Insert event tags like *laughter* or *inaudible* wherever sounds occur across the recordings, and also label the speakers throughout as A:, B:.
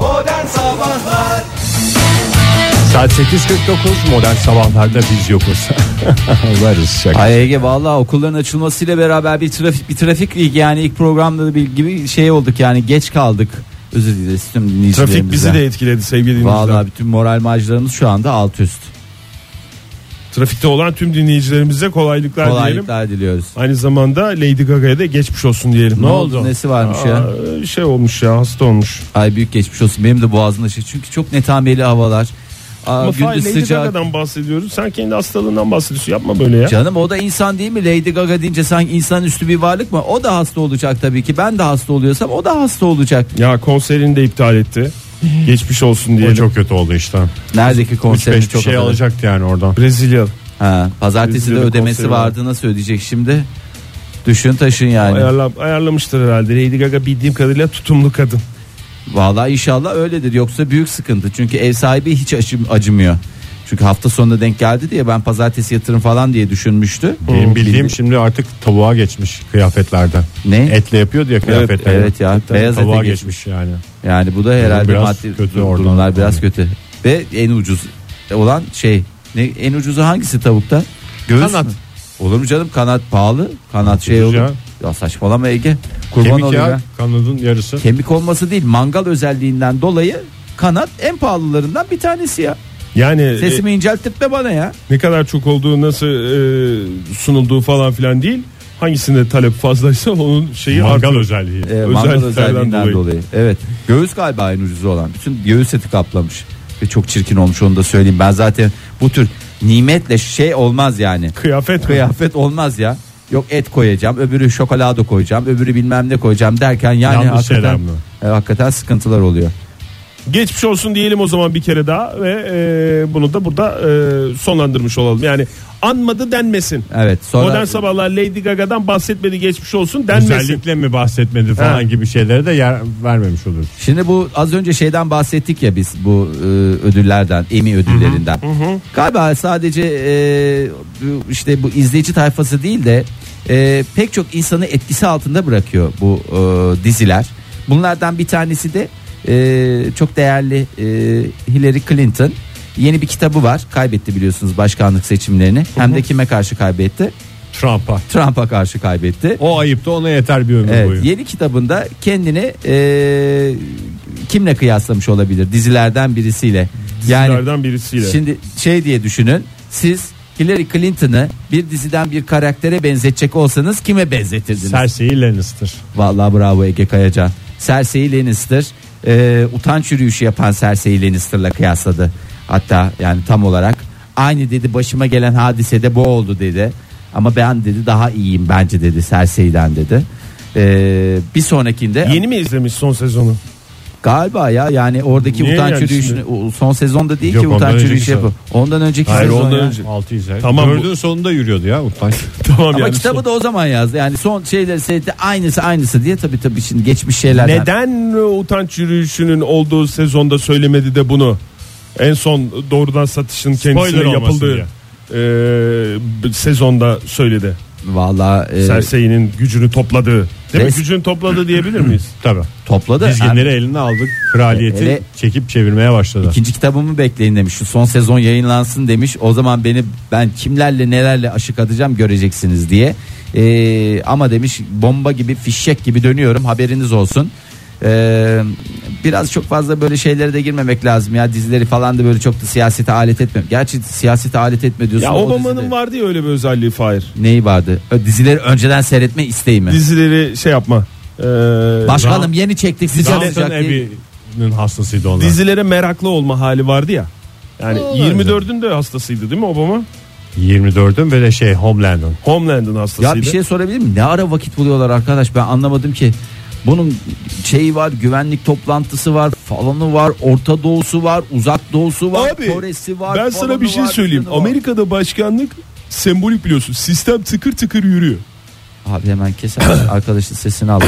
A: Modern Sabahlar
B: Saat 8.49 modern sabahlarda
C: *laughs*
B: biz yokuz. Varız şaka.
C: Ay Ege valla okulların açılmasıyla beraber bir trafik bir trafik ilgi yani ilk programda da bir gibi şey olduk yani geç kaldık. Özür dileriz tüm dinleyicilerimize.
D: Trafik bizi de etkiledi sevgili dinleyiciler.
C: Valla bütün moral maceralarımız şu anda alt üst.
D: Trafikte olan tüm dinleyicilerimize kolaylıklar, diyelim.
C: Kolaylıklar diliyoruz.
D: Aynı zamanda Lady Gaga'ya da geçmiş olsun diyelim. Ne, oldu?
C: Nesi varmış
D: Aa,
C: ya?
D: Şey olmuş ya hasta olmuş.
C: Ay büyük geçmiş olsun. Benim de boğazımda şey. Çünkü çok netameli havalar. Aa,
D: Ama Fahir,
C: gündüz
D: Lady
C: sıcak.
D: Gaga'dan bahsediyoruz. Sen kendi hastalığından bahsediyorsun. Yapma böyle ya.
C: Canım o da insan değil mi? Lady Gaga deyince sanki insan üstü bir varlık mı? O da hasta olacak tabii ki. Ben de hasta oluyorsam o da hasta olacak.
D: Ya konserini de
C: *laughs*
D: iptal etti. geçmiş olsun
B: O
D: diyelim.
B: çok kötü oldu işte.
C: Neredeki
B: 3-5
C: konserini
B: bir
C: çok
B: şey
C: hatırladım.
B: alacaktı yani oradan.
D: Brezilya.
C: Ha, pazartesi de
D: Üzüyorum,
C: ödemesi
D: konseri
C: vardı nasıl ödeyecek şimdi? Düşün taşın yani.
D: Ayarla, ayarlamıştır herhalde. Lady Gaga bildiğim kadarıyla tutumlu kadın.
C: Vallahi inşallah öyledir yoksa büyük sıkıntı. Çünkü ev sahibi hiç acım, acımıyor. Çünkü hafta sonunda denk geldi diye ben pazartesi yatırım falan diye düşünmüştü.
B: Benim bildiğim
C: Bildi-
B: şimdi artık tavuğa geçmiş kıyafetlerde.
C: Ne?
B: Etle yapıyordu ya kıyafetleri.
C: evet ya, beyaz ete
B: tavuğa
C: geçmiş.
B: geçmiş. yani.
C: Yani bu da herhalde
B: biraz
C: maddi
B: kötü
C: durumlar
B: oradan.
C: biraz kötü. Ve en ucuz olan şey ne en ucuzu hangisi tavukta? Göğüs
B: Kanat.
C: mü? Olur mu canım kanat pahalı kanat şey
B: ucuz
C: olur. Ya.
B: ya.
C: saçmalama Ege. Kurban
B: Kemik
C: olayım
B: ya,
C: ya.
B: kanadın yarısı.
C: kemik olması değil mangal özelliğinden dolayı kanat en pahalılarından bir tanesi ya.
D: Yani e,
C: Sesimi incelttirtme bana ya.
D: ne kadar çok olduğu nasıl e, sunulduğu falan filan değil. Hangisinde talep fazlaysa onun şeyi
B: Mangal
D: artıyor.
B: özelliği.
C: Ee, mangal
D: e, Özelliklerden
C: özelliğinden dolayı.
D: dolayı.
C: Evet. Göğüs galiba en ucuzu olan. Bütün göğüs eti kaplamış. Ve çok çirkin olmuş onu da söyleyeyim. Ben zaten bu tür nimetle şey olmaz yani.
D: Kıyafet mi?
C: Kıyafet olmaz ya. Yok et koyacağım, öbürü şokolado koyacağım, öbürü bilmem ne koyacağım derken yani
B: Yanlış şeyler
C: hakikaten,
B: mi?
C: e, hakikaten sıkıntılar oluyor.
D: Geçmiş olsun diyelim o zaman bir kere daha ve e, bunu da burada e, sonlandırmış olalım. Yani anmadı denmesin.
C: Evet. Sonra
D: Modern sabahlar Lady Gaga'dan bahsetmedi geçmiş olsun denmesin.
B: Özellikle mi bahsetmedi falan
D: Ha.
B: gibi şeylere de yer vermemiş olur.
C: Şimdi bu az önce şeyden bahsettik ya biz bu e, ödüllerden, Emmy ödüllerinden. Galiba sadece e, bu- işte bu izleyici tayfası değil de e, pek çok insanı etkisi altında bırakıyor bu e, diziler. Bunlardan bir tanesi de e, çok değerli e, Hillary Clinton. Yeni bir kitabı var. Kaybetti biliyorsunuz başkanlık seçimlerini. Hem de kime karşı kaybetti?
B: Trump'a.
C: Trump'a karşı kaybetti.
B: O ayıp da ona yeter bir ömür boyu.
C: Evet, yeni kitabında kendini e, kimle kıyaslamış olabilir? Dizilerden birisiyle. Yani
D: Dizilerden birisiyle.
C: şimdi şey diye düşünün. Siz Hillary Clinton'ı bir diziden bir karaktere benzetecek olsanız kime benzetirdiniz?
B: Serseyi Lannister.
C: Vallahi bravo Ege Kayacan. Cersei Lannister e, utanç yürüyüşü yapan Cersei Lannister'la kıyasladı. Hatta yani tam olarak aynı dedi başıma gelen hadisede bu oldu dedi. Ama ben dedi daha iyiyim bence dedi Cersei'den dedi. E, bir sonrakinde
D: Yeni mi izlemiş son sezonu? *laughs*
C: galiba ya yani oradaki
D: Niye
C: utanç
D: yani
C: yürüyüşünü o- son sezonda değil
B: Yok,
C: ki
B: ondan
C: utanç
B: önceki
C: yürüyüşü yapı. Ondan önceki
B: Hayır
C: sezon
B: ondan
C: ya.
B: önce. 600
D: Tamam,
B: Dördün sonunda yürüyordu
C: *laughs*
B: ya utanç.
D: Tamam
C: Ama
D: yani
C: kitabı da o zaman yazdı. Yani son şeyleri seyretti aynısı aynısı diye tabii tabii şimdi geçmiş şeylerden.
D: Neden utanç yürüyüşünün olduğu sezonda söylemedi de bunu? En son doğrudan satışın kendisine
B: Spoiler olmasın
D: yapıldığı e, sezonda söyledi.
C: Vallahi e,
D: Serseyi'nin gücünü topladığı. Değil mi?
C: Res-
D: Gücünü topladı
C: *clears throat*
D: diyebilir miyiz?
B: Tabii.
C: topladı.
B: Dizginleri eline aldık. Kraliyeti
C: Hele-
B: çekip çevirmeye başladı.
C: İkinci kitabımı bekleyin demiş. Şu son sezon yayınlansın demiş. O zaman beni ben kimlerle nelerle aşık atacağım göreceksiniz diye. Ee, ama demiş bomba gibi fişek gibi dönüyorum haberiniz olsun. Ee, biraz çok fazla böyle şeylere de girmemek lazım ya dizileri falan da böyle çok da siyasete alet etme. Gerçi siyasete alet etme diyorsun.
D: Ya
C: ama o
D: Obama'nın
C: dizide-
D: vardı ya öyle bir özelliği Fahir.
C: Neyi vardı? Ö, Dizileri önceden seyretme isteği mi?
D: Dizileri şey yapma. e,
C: Başkanım yeni çektik sıcak
B: Downton
C: sıcak. diye.
B: Abbey'nin hastasıydı onlar.
D: Dizilere meraklı olma hali vardı ya. Yani
B: Olabilir.
D: 24'ün de hastasıydı değil mi Obama?
B: 24'ün ve de şey Homeland'ın.
D: Homeland'ın hastasıydı.
C: Ya bir şey sorabilir miyim? Ne ara vakit buluyorlar arkadaş? Ben anlamadım ki. Bunun şeyi var, güvenlik toplantısı var, falanı var, Orta Doğusu var, Uzak Doğusu var,
D: Abi,
C: Kore'si var.
D: ben sana
C: falanı
D: bir şey
C: var,
D: söyleyeyim.
C: filanı var.
D: Amerika'da başkanlık sembolik biliyorsun. Sistem tıkır tıkır yürüyor.
C: Abi hemen keser
D: *coughs*
C: arkadaşın sesini al.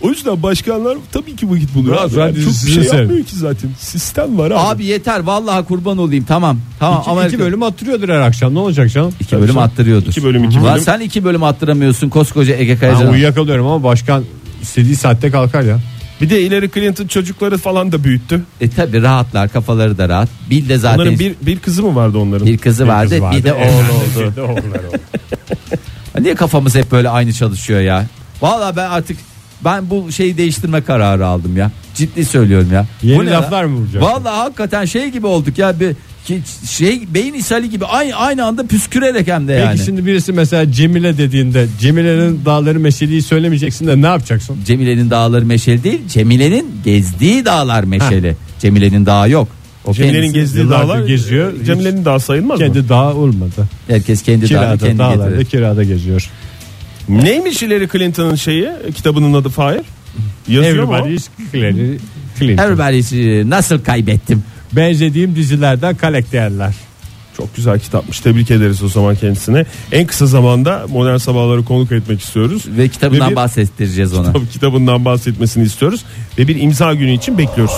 D: O yüzden başkanlar tabii ki vakit buluyor.
B: Biraz
D: abi.
B: ben
D: Yani çok
B: dizisini
D: bir şey
B: sevmiyorum.
D: yapmıyor ki zaten. Sistem var abi.
C: Abi yeter vallahi kurban olayım tamam. Tamam
B: İki,
C: Amerika.
B: iki bölüm attırıyordur her akşam. Ne olacak canım?
C: İki bölüm attırıyordur.
D: İki bölüm, iki
C: Lan
D: bölüm.
C: sen iki bölüm attıramıyorsun koskoca Ege
B: Ben
C: Kayacan.
B: uyuyakalıyorum ama başkan istediği saatte kalkar ya.
D: Bir de ileri Clinton çocukları falan da büyüttü.
C: E tabi rahatlar kafaları da rahat. Bill de zaten
D: Onların bir, bir kızı mı vardı onların?
C: bir kızı vardı,
B: kız vardı,
C: bir de
D: *laughs*
B: evlendi,
C: oğlu oldu.
B: bir de oğulları oldu.
C: Niye kafamız hep böyle aynı çalışıyor ya? Valla ben artık ben bu şeyi değiştirme kararı aldım ya. Ciddi söylüyorum ya.
B: Yeni
C: Bu ne
B: laflar mı vuracaksın?
C: Valla hakikaten şey gibi olduk ya bir ki- şey beyin ishali gibi aynı aynı anda püskürerek hem de yani.
B: Peki şimdi birisi mesela Cemile dediğinde Cemile'nin dağları meşeliği söylemeyeceksin de ne yapacaksın?
C: Cemile'nin dağları meşeli değil, Cemile'nin gezdiği dağlar meşeli. Cemile'nin dağı yok. O
D: Cemile'nin
C: kendisi-
D: gezdiği
B: yıllardır
D: dağlar
B: geziyor.
D: e, Cemile'nin dağı sayılmaz mı?
B: Kendi dağı olmadı.
C: herkes kendi dağını
B: Kirada
C: kendi
B: dağlarda
C: getirir.
B: kirada geziyor.
D: Neymiş Hillary Clinton'ın şeyi? Kitabının adı Fahir. Yazıyor mu?
B: Everybody is Hillary Clinton.
C: Everybody's e, nasıl kaybettim?
B: Benzediğim dizilerden karakterler.
D: Çok güzel kitapmış. Tebrik ederiz o zaman kendisine. En kısa zamanda Modern Sabahları konuk etmek istiyoruz.
C: Ve kitabından
D: Ve bir-
C: bahsettireceğiz ona.
D: Tabii kitabından bahsetmesini istiyoruz. Ve bir imza günü için bekliyoruz.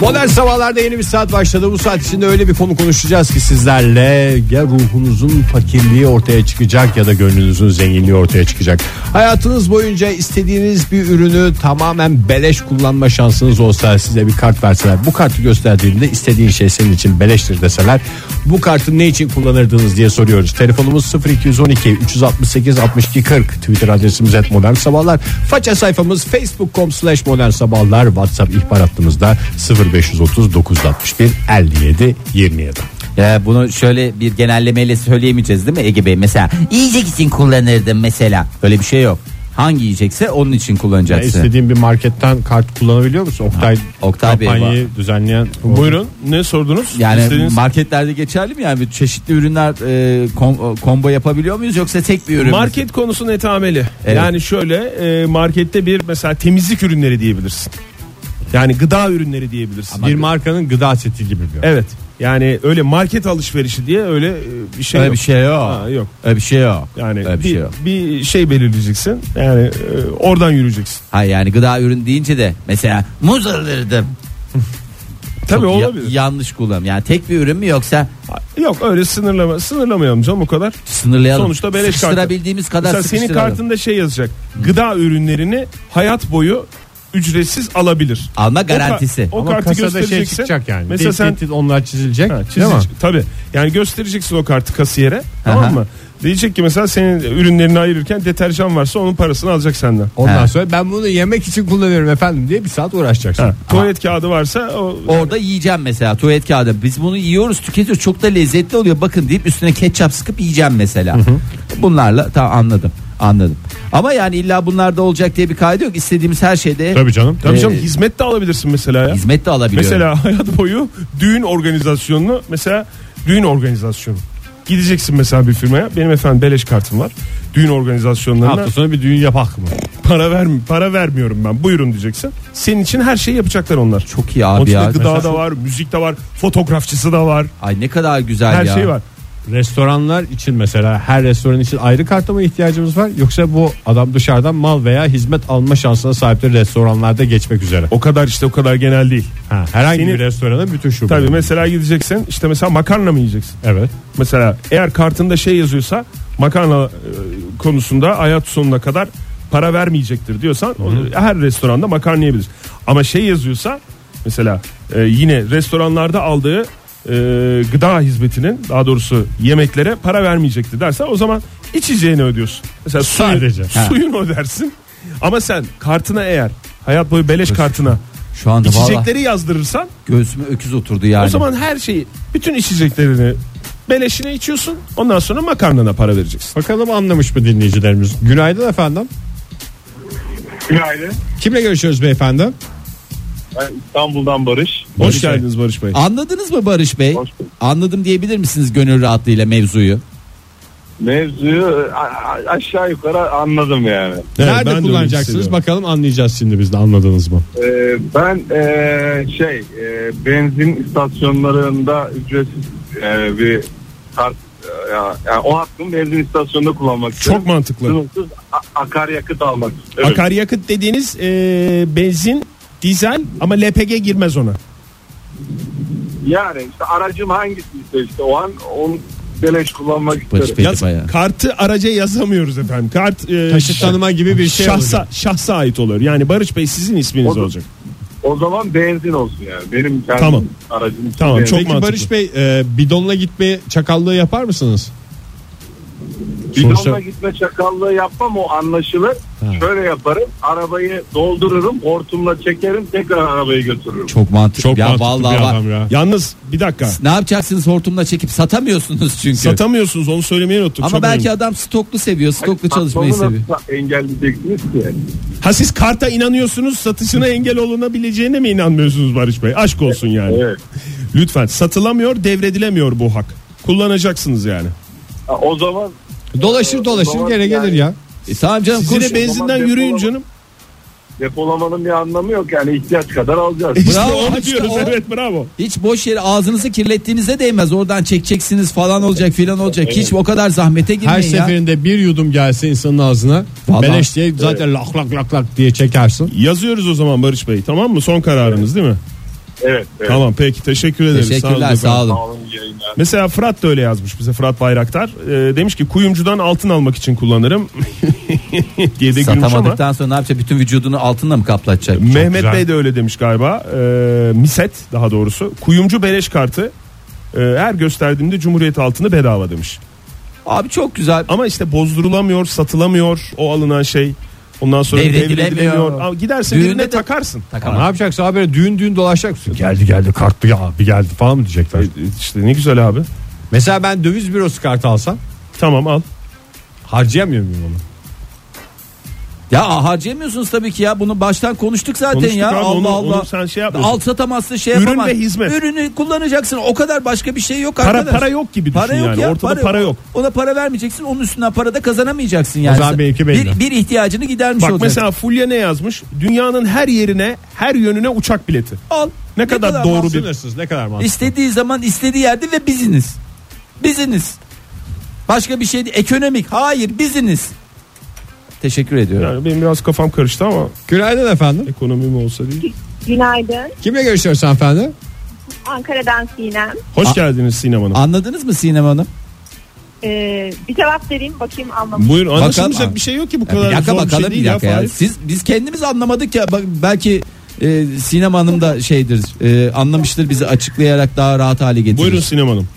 B: Modern sabahlarda yeni bir saat başladı. Bu saat içinde öyle bir konu konuşacağız ki sizlerle ya ruhunuzun fakirliği ortaya çıkacak ya da gönlünüzün zenginliği ortaya çıkacak. Hayatınız boyunca istediğiniz bir ürünü tamamen beleş kullanma şansınız olsa size bir kart verseler. Bu kartı gösterdiğinde istediğin şey senin için beleştir deseler. Bu kartı ne için kullanırdınız diye soruyoruz. Telefonumuz 0212 368 62 40 Twitter adresimiz et modern sabahlar. Faça sayfamız facebook.com slash modern sabahlar. Whatsapp ihbar hattımızda 0530 961 57 27.
C: Ya bunu şöyle bir genellemeyle söyleyemeyeceğiz değil mi Ege Bey? Mesela yiyecek için kullanırdım mesela. Öyle bir şey yok. Hangi yiyecekse onun için kullanacaksın.
B: istediğin bir marketten kart kullanabiliyor musun? Oktay,
C: Oktay Bey
B: kampanyayı düzenleyen.
D: Buyurun ne sordunuz?
C: yani
D: İstediğiniz-
C: marketlerde geçerli mi yani Bir çeşitli ürünler e, kom- combo yapabiliyor muyuz yoksa tek bir ürün mü?
D: Market konusu netameli.
C: Evet.
D: Yani şöyle e, markette bir mesela temizlik ürünleri diyebilirsin. Yani gıda ürünleri diyebilirsin.
B: Bir markanın gıda seti gibi diyor.
D: Evet. Yani öyle market alışverişi diye öyle e, bir şey
C: öyle
D: yok.
C: bir şey yok.
D: Ha, yok.
C: Öyle bir şey yok.
D: Yani
C: öyle bir
D: bir,
C: şey yok.
D: bir şey belirleyeceksin. Yani e, oradan yürüyeceksin.
C: Hayır yani gıda ürün deyince de mesela muz alırdım.
D: Tabii
C: Çok ya-
D: olabilir.
C: yanlış kullanım. Yani tek bir ürün mü yoksa
D: Yok öyle sınırlama sınırlamayalım canım o kadar.
C: sınırlayalım.
D: Sonuçta beleş kartı.
C: Sıkıştırabildiğimiz kadar
D: Mesela senin
C: sıkıştıralım.
D: kartında şey yazacak. Gıda ürünlerini hayat boyu ücretsiz alabilir.
C: Alma
D: O ka-
C: garantisi.
D: O,
B: Ama
D: kartı
B: kasada şey
D: göstereceksin.
B: çıkacak yani.
D: Mesela
B: Mesela
D: sen
B: onlar çizilecek.
D: Ha,
B: değil mi?
D: çizici- tabii. Yani göstereceksin o kartı kasiyere.
C: Aha.
D: Tamam mı? Diyecek ki mesela senin ürünlerini ayırırken deterjan varsa onun parasını alacak senden.
B: Ondan
C: Ha.
B: sonra ben bunu yemek için kullanıyorum efendim diye bir saat uğraşacaksın.
D: Ha, tuvalet kağıdı varsa o,
C: Orada yiyeceğim mesela tuvalet kağıdı. Biz bunu yiyoruz tüketiyoruz çok da lezzetli oluyor bakın deyip üstüne ketçap sıkıp yiyeceğim mesela. Bunlarla tamam anladım anladım. Ama yani illa bunlar da olacak diye bir kaydı yok. İstediğimiz her şeyde
B: Tabii canım.
D: Tabii
C: Ee,
D: canım hizmet de alabilirsin mesela ya.
C: hizmet de alabiliyorum.
D: Mesela *laughs* hayat boyu düğün organizasyonunu mesela düğün organizasyonu. Gideceksin mesela bir firmaya. Benim efendim beleş kartım var. Düğün organizasyonlarına
B: Hafta sonu bir düğün yapak mı?
D: para ver para vermiyorum ben. Buyurun diyeceksin. Senin için her şeyi yapacaklar onlar.
C: çok iyi
D: Onun
C: abi ya.
D: içinde gıda da var, müzik de var, fotoğrafçısı da var.
C: Ay ne kadar güzel
D: Her
C: ya.
D: şey var.
B: Restoranlar için mesela her restoran için ayrı karta mı ihtiyacımız var yoksa bu adam dışarıdan mal veya hizmet alma şansına sahiptir restoranlarda geçmek üzere.
D: O kadar işte o kadar genel değil.
B: Ha, herhangi
D: Senin-
B: bir restoranın bütün şubeleri.
D: Tabii mesela gideceksin işte mesela makarna mı yiyeceksin?
B: Evet.
D: Mesela eğer kartında şey yazıyorsa makarna e, konusunda hayat sonuna kadar para vermeyecektir diyorsan o- her restoranda makarna yiyebilir. Ama şey yazıyorsa mesela e, yine restoranlarda aldığı e, gıda hizmetinin daha doğrusu yemeklere para vermeyecektir dersen o zaman içeceğini ödüyorsun. Mesela suyu-
B: Sadece.
D: suyunu, ödersin. Ama sen kartına eğer hayat boyu beleş kartına
C: Şu anda valla
D: içecekleri yazdırırsan
C: göğsüme öküz oturdu yani.
D: o zaman her şeyi bütün içeceklerini beleşine içiyorsun. Ondan sonra makarnana para vereceksin.
B: Bakalım anlamış mı dinleyicilerimiz? Günaydın efendim.
A: Günaydın.
B: Kimle görüşüyoruz beyefendi?
A: Ben İstanbul'dan Barış.
D: Hoş geldiniz Barış Bey.
C: Anladınız mı Barış Bey?
A: Hoş bulduk.
C: Anladım diyebilir misiniz gönül rahatlığıyla mevzuyu?
A: Mevzuyu e, a- a- aşağı yukarı anladım yani.
D: Evet, ben de
B: Nerede
D: öyle
B: kullanacaksınız
D: hissediyorum.
B: bakalım anlayacağız şimdi biz de anladınız mı?
A: Ee, ben ee, şey ee, benzin istasyonlarında ücretsiz ee, bir kart ee, ya- yani o hakkımı benzin istasyonunda kullanmak
D: Çok
A: istiyorum.
D: mantıklı.
A: Sınırsız a- akaryakıt almak istiyorum.
D: Akaryakıt dediğiniz e, benzin, dizel ama LPG girmez ona.
A: yani işte aracım hangisi işte o an onun beleş kullanmak isterim.
C: Peki
D: Yaz-
C: bayağı.
D: kartı araca yazamıyoruz efendim. Kart e,
B: Taşıt
D: şah-
B: tanıma gibi bir şey
D: şahsa,
B: olacak.
D: şahsa ait oluyor. Yani Barış Bey sizin isminiz
A: O da-
D: olacak.
A: O zaman benzin olsun yani. Benim kendi
D: Tamam.
A: aracım. için
D: Tamam,
A: benzin.
D: çok
B: Peki
D: mantıklı.
B: Barış Bey e, bidonla gitme çakallığı yapar mısınız?
A: Bidonla
B: Sonuçta-
A: gitme çakallığı yapmam o anlaşılır. Şöyle yaparım. Arabayı doldururum. Hortumla çekerim. Tekrar arabayı götürürüm.
C: Çok mantıklı.
B: Çok
C: ya
B: mantıklı
C: vallahi
B: bir
C: bak-
B: adam ya.
D: Yalnız bir dakika.
C: Ne yapacaksınız hortumla çekip satamıyorsunuz çünkü.
D: Satamıyorsunuz onu söylemeyi unuttuk.
C: Ama
D: Çok
C: belki
D: önemli.
C: adam stoklu seviyor, stoklu çalışmayı
A: Patronu
C: seviyor.
A: nasıl engelleyeceksiniz ki?
D: Ha siz karta inanıyorsunuz satışına engel olunabileceğine mi inanmıyorsunuz Barış Bey? Aşk olsun yani.
A: Evet.
D: Lütfen satılamıyor devredilemiyor bu hak. Kullanacaksınız yani.
A: Ha, O zaman
B: Dolaşır
A: Ee,
B: dolaşır
A: o
B: gene
A: zaman
B: gelir
A: yani-
B: ya.
C: E, tamam canım
D: Siz
C: koş.
D: de benzinden
A: Tamam,
D: yürüyün
A: defolama.
D: canım.
A: depolamanın bir anlamı yok. Yani ihtiyaç kadar alacağız.
D: İşte
C: Bravo,
D: onu
C: işte
D: diyoruz
C: o.
D: evet bravo.
C: Hiç boş yere ağzınızı kirlettiğinize değmez. Oradan çekeceksiniz falan olacak filan olacak. Hiç o kadar zahmete girmeyin
B: Her
C: ya.
B: seferinde bir yudum gelse insanın ağzına
C: Vallahi-
B: beleş diye zaten lak lak lak lak diye çekersin.
D: Yazıyoruz o zaman Barış Bey tamam mı? Son kararınız değil mi?
A: Evet. evet.
D: Tamam peki teşekkür ederiz.
C: Teşekkürler
D: efendim.
C: sağ olun.
A: Sağ olun, iyi yayınlar.
D: Mesela Fırat da öyle yazmış bize Fırat Bayraktar. Ee, demiş ki kuyumcudan altın almak için kullanırım. *laughs* diye de gülmüş ama.
C: Satamadıktan sonra ne yapacak? Bütün vücudunu altınla mı kaplatacak?
D: Mehmet
B: güzel.
D: Bey de öyle demiş galiba. Ee, miset daha doğrusu. Kuyumcu beleş kartı. Ee, her gösterdiğimde Cumhuriyet altını bedava demiş.
C: Abi çok güzel.
D: Ama işte bozdurulamıyor, satılamıyor o alınan şey. Ondan sonra
C: Devredilemiyor.
D: devredilemiyor. Ama gidersen
C: Düğünde
D: birine
C: de-
D: takarsın.
C: Takamam.
B: Ne yapacaksın haberi düğün düğün dolaşacak mısın? Geldi geldi kartlı ya bir geldi falan mı diyecekler?
D: Ee, İşte ne güzel abi.
B: Mesela ben döviz bürosu kartı alsam
D: Tamam al.
B: harcayamıyor muyum onu?
C: Ya harcayamıyorsunuz tabii ki ya. Bunu baştan konuştuk zaten
D: Konuştuk
C: ya.
D: abi,
C: Allah
D: onu-
C: Allah.
D: onu sen şey yapmıyorsun.
C: Alt satamazsın şey
D: Ürün
C: yapamazsın.
D: ve hizmet.
C: Ürünü kullanacaksın. O kadar başka bir şey yok
D: Para
C: arkadaş.
D: para yok gibi düşün
C: Para yok
D: yani.
C: ya,
D: Ortada para, yok.
C: Ona para vermeyeceksin. Onun üstünden para da kazanamayacaksın yani.
B: zaman benimki belli.
C: bir, bir ihtiyacını gidermiş
D: Bak
C: olacaksın.
D: mesela Fulya ne yazmış? Dünyanın her yerine, her yönüne uçak bileti.
C: al.
D: Ne, kadar, doğru bir
B: Sınırsız ne kadar mantıklı.
C: İstediği zaman istediği yerde ve biziniz. Biziniz. Başka bir şey değil. Ekonomik. Hayır biziniz. Teşekkür ediyorum.
D: Yani benim biraz kafam karıştı ama
B: Günaydın efendim.
D: ekonomi mi olsa değil.
E: Günaydın.
B: Kimle görüşüyoruz efendim?
E: Ankara'dan Sinem.
D: Hoş geldiniz Sinem Hanım.
C: Anladınız mı Sinem Hanım?
E: Ee, bir cevap vereyim bakayım anlamadım.
D: Buyurun anlaşılmayacak
C: Bakalım-
D: bir şey yok ki bu
C: Ya
D: kadar
C: bir dakika
D: zor bir
C: bakalım
D: şey değil
C: bir dakika
D: ya.
C: ya.
D: Fahir.
C: Siz biz kendimiz anlamadık ya. Bak, belki e, Sinem Hanım da şeydir. e, anlamıştır bizi açıklayarak daha rahat hale getirir.
D: Buyurun Sinem Hanım.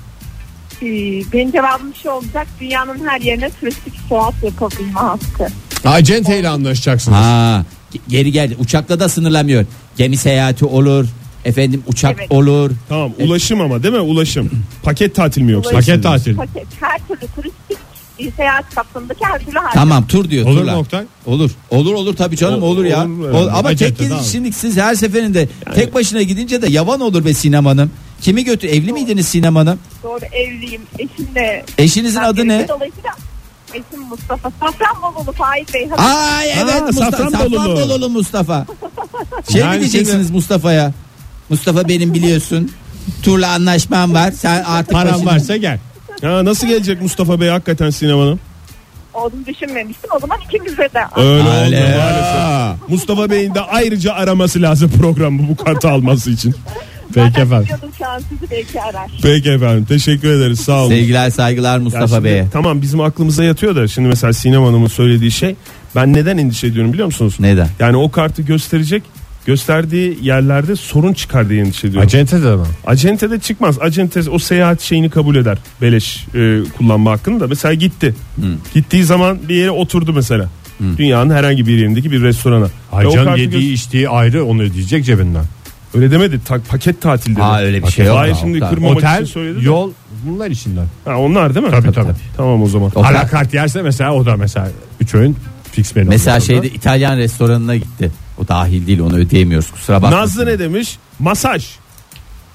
E: Ee, benim cevabım şu olacak. Dünyanın her yerine turistik seyahat yapabilme hakkı.
B: Acente ile anlaşacaksınız.
C: Ha, ge- geri gel. Uçakla da sınırlamıyor. Gemi seyahati olur. Efendim uçak
E: Evet.
C: olur.
D: Tamam ulaşım ama değil mi ulaşım. Paket tatil mi yoksa?
B: Paket tatil.
E: Paket, her türlü turistik bir seyahat kapsamındaki her türlü harcama.
C: Tamam tur diyor.
B: Olur
C: turlar.
B: mu Oktay?
C: Olur. Olur olur tabii canım
D: Ol-
C: olur, ya.
D: olur,
C: Ol-
D: evet.
C: ama
B: Acayip
C: tek
B: de, tamam.
C: şimdi siz her seferinde tek başına gidince de yavan olur be Sinem Hanım. Kimi götür? Evli miydiniz Sinem Hanım?
E: Doğru evliyim. Eşimle.
C: Eşinizin adı ne?
E: Dolayısıyla eşim Mustafa. Safranbolu Fahit Bey.
C: Ay evet
D: Aa,
C: Mustafa
D: Safranbolulu.
C: Safranbolulu Mustafa. Şey
B: Yani
C: mi diyeceksiniz Mustafa'ya? Mustafa benim biliyorsun. Turla anlaşmam var. Sen artık
B: *laughs* Paran
C: başını-
B: varsa gel.
D: Ha, nasıl gelecek Mustafa Bey hakikaten Sinem Hanım?
E: Onu düşünmemiştim. O zaman ikimize de.
D: Öyle
C: Ale.
D: oldu maalesef. Mustafa Bey'in de ayrıca araması lazım programı bu kartı alması için.
B: Peki
E: Ben
B: efendim.
E: biliyordum şu an sizi belki arar.
D: Peki efendim teşekkür ederiz sağ olun.
C: Sevgiler saygılar
D: Ya
C: Mustafa
D: şimdi
C: Bey'e.
D: Tamam bizim aklımıza yatıyor da şimdi mesela Sinem Hanım'ın söylediği şey ben neden endişe ediyorum biliyor musunuz?
C: Neden?
D: Yani o kartı gösterecek gösterdiği yerlerde sorun çıkar diye endişe ediyorum.
B: Acente de mi?
D: Acente de çıkmaz. Acente o seyahat şeyini kabul eder. Beleş e, kullanma hakkını da. Mesela gitti. Gittiği zaman bir yere oturdu mesela. Dünyanın herhangi bir yerindeki bir restorana. Ve o
B: Aycan
D: kartı
B: yediği
D: gö-
B: içtiği ayrı onu ödeyecek cebinden.
D: Öyle demedi. Tak, paket tatil dedi.
C: Aa, öyle bir şey yok.
D: Hayır
C: ya,
D: şimdi
C: Oktay.
D: kırmamak için söyledi.
B: Otel,
D: de.
B: yol bunlar içinden.
D: Ha, onlar değil mi?
B: Tabii, tabii.
D: Tamam o zaman.
C: Otel.
B: Alakart yerse mesela o da mesela 3 öğün fix menü.
C: Mesela
B: oluyor
C: şeyde İtalyan restoranına gitti. O dahil değil onu ödeyemiyoruz kusura bakma.
D: Nazlı ne demiş? Masaj.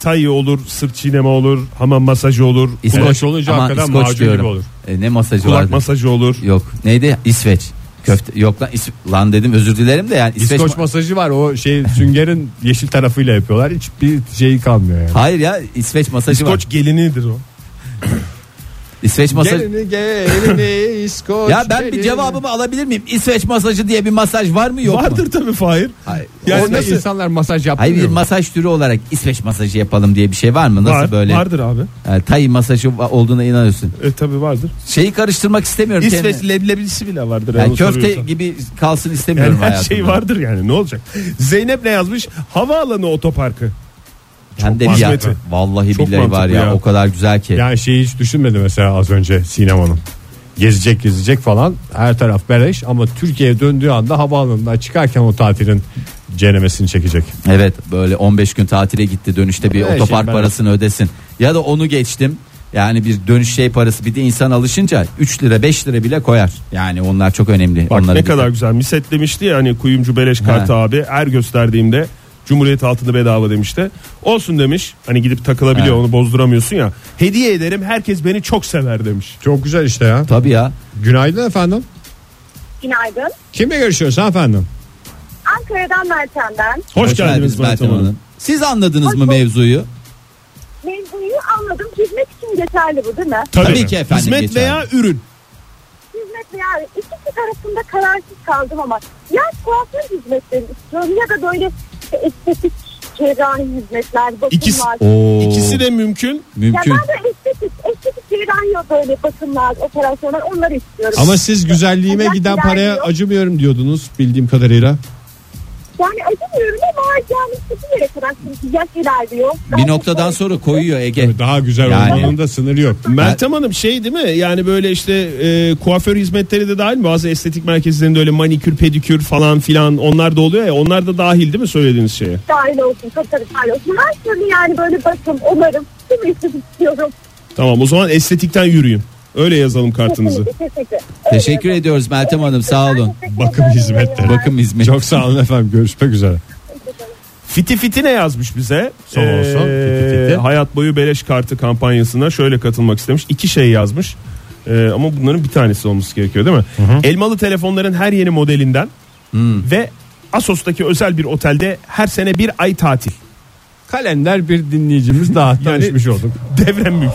D: Tay olur, sırt çiğneme olur, hamam masajı olur,
C: İskoç
B: Kulaç olunca
C: Aman
B: hakikaten
C: İskoç
B: macun gibi
C: diyorum.
B: olur.
C: E, ne masajı
D: kulak
C: vardı?
D: masajı olur.
C: Yok neydi? İsveç. Köfte yok lan, İs- lan dedim özür dilerim de yani
B: orada.
C: İsveç.
B: İskoç masajı var o şey süngerin *laughs* yeşil tarafıyla yapıyorlar. Hiçbir şeyi kalmıyor yani.
C: Hayır ya İsveç masajı var.
D: İskoç gelinidir o.
C: İsveç masaj.
B: Gelini *laughs* gelini İskoç.
C: Ya ben bir
B: gelini.
C: cevabımı alabilir miyim? İsveç masajı diye bir masaj var mı yok mu?
D: Vardır tabii Fahir.
C: Hayır.
D: Yani
B: Orada
D: nasıl-
B: insanlar masaj
C: Hayır
B: yapmıyor.
C: bir
B: mu?
C: masaj türü olarak İsveç masajı yapalım diye bir şey var mı? Nasıl
D: Var,
C: böyle?
D: Vardır abi.
C: Yani tay masajı va- olduğuna inanıyorsun.
D: E, tabii vardır.
C: Şeyi karıştırmak istemiyorum.
D: İsveç
C: kendimi.
D: leblebisi bile vardır.
C: Yani
D: onu
C: köfte
D: soruyorsan.
C: gibi kalsın istemiyorum
D: Yani her şey
C: hayatımda.
D: vardır yani ne olacak? Zeynep ne yazmış? Havaalanı otoparkı.
C: Hem de bir ya.
D: mantıklı.
C: Vallahi
D: Çok
C: billahi var
D: mantıklı
C: ya,
D: ya.
C: o kadar güzel ki.
B: Yani şeyi hiç düşünmedi mesela az önce Sinem Hanım. Gezecek gezecek falan her taraf beleş ama Türkiye'ye döndüğü anda havaalanından çıkarken o tatilin cenemesini çekecek.
C: Evet böyle 15 gün tatile gitti dönüşte bir
B: Her şey
C: otopark
B: bana-
C: parasını ödesin. Ya da onu geçtim. Yani bir dönüş şey parası bir de insan alışınca 3 lira 5 lira bile koyar. Yani onlar çok önemli.
D: Bak
C: Onları
D: ne kadar güzel miset demişti ya hani kuyumcu beleş kartı abi her gösterdiğimde Cumhuriyet altını bedava demişti. Olsun demiş hani gidip takılabiliyor
C: Ha.
D: onu bozduramıyorsun ya. Hediye ederim herkes beni çok sever demiş.
B: Çok güzel işte ya.
C: Tabii ya.
B: Günaydın efendim.
E: Günaydın.
B: Kimle görüşüyoruz efendim?
E: Ankara'dan Meltem ben.
D: Hoş, geldiniz
C: Meltem
D: Meltem Hanım.
C: Siz anladınız mı
E: Hoş-
C: mevzuyu?
E: Mevzuyu anladım. Hizmet için geçerli bu değil mi?
D: Tabii,
C: Tabii ki efendim,
D: Hizmet
C: geçerli.
D: veya ürün.
E: Hizmet veya ikisi arasında kararsız kaldım ama ya kuaför hizmetleri istiyorum ya da böyle işte estetik cerrahi hizmetler, bakımlar.
D: İkisi-
C: Oo,
D: İkisi de mümkün.
E: Ya
C: mümkün.
E: ben de estetik, estetik cerrahi yok böyle bakımlar, operasyonlar onları istiyorum.
B: Ama siz güzelliğime
E: Güzel
B: giden
E: güzel
B: paraya
E: diyor.
B: acımıyorum diyordunuz bildiğim kadarıyla.
E: Yani acımıyorum ama yani bir yere kadar çünkü yaş ilerliyor.
C: Bir noktadan
E: şey-
C: sonra koyuyor Ege.
B: Daha güzel
C: Yani-
B: olmanın da sınırı yok.
D: Meltem Hanım şey değil mi? Yani böyle işte e, kuaför hizmetleri de dahil mi? Bazı estetik merkezlerinde öyle manikür, pedikür falan filan onlar da oluyor ya. Onlar da dahil değil mi söylediğiniz şeye?
E: dahil olsun, tabii tabii dahil olsun. Her türlü yani böyle bakım, onarım, tüm estetik istiyorum.
D: Tamam o zaman estetikten yürüyün. Öyle yazalım
E: *laughs*
D: kartınızı.
E: Kesinlikle, kesinlikle.
C: Teşekkür ediyoruz Meltem Hanım sağ olun.
B: Bakım hizmetleri.
C: Bakım hizmeti.
B: Çok sağ olun efendim görüşmek üzere.
D: Fiti Fiti ne yazmış bize?
B: Sağ olsun, Fiti Fiti.
D: Hayat boyu beleş kartı kampanyasına şöyle katılmak istemiş. İki şey yazmış. Ee, ama bunların bir tanesi olması gerekiyor değil mi? Elmalı telefonların her yeni modelinden
B: Hmm.
D: ve Asos'taki özel bir otelde her sene bir ay tatil. *laughs*
B: Kalender bir dinleyicimiz daha tanışmış olduk.
D: Devrem mülk.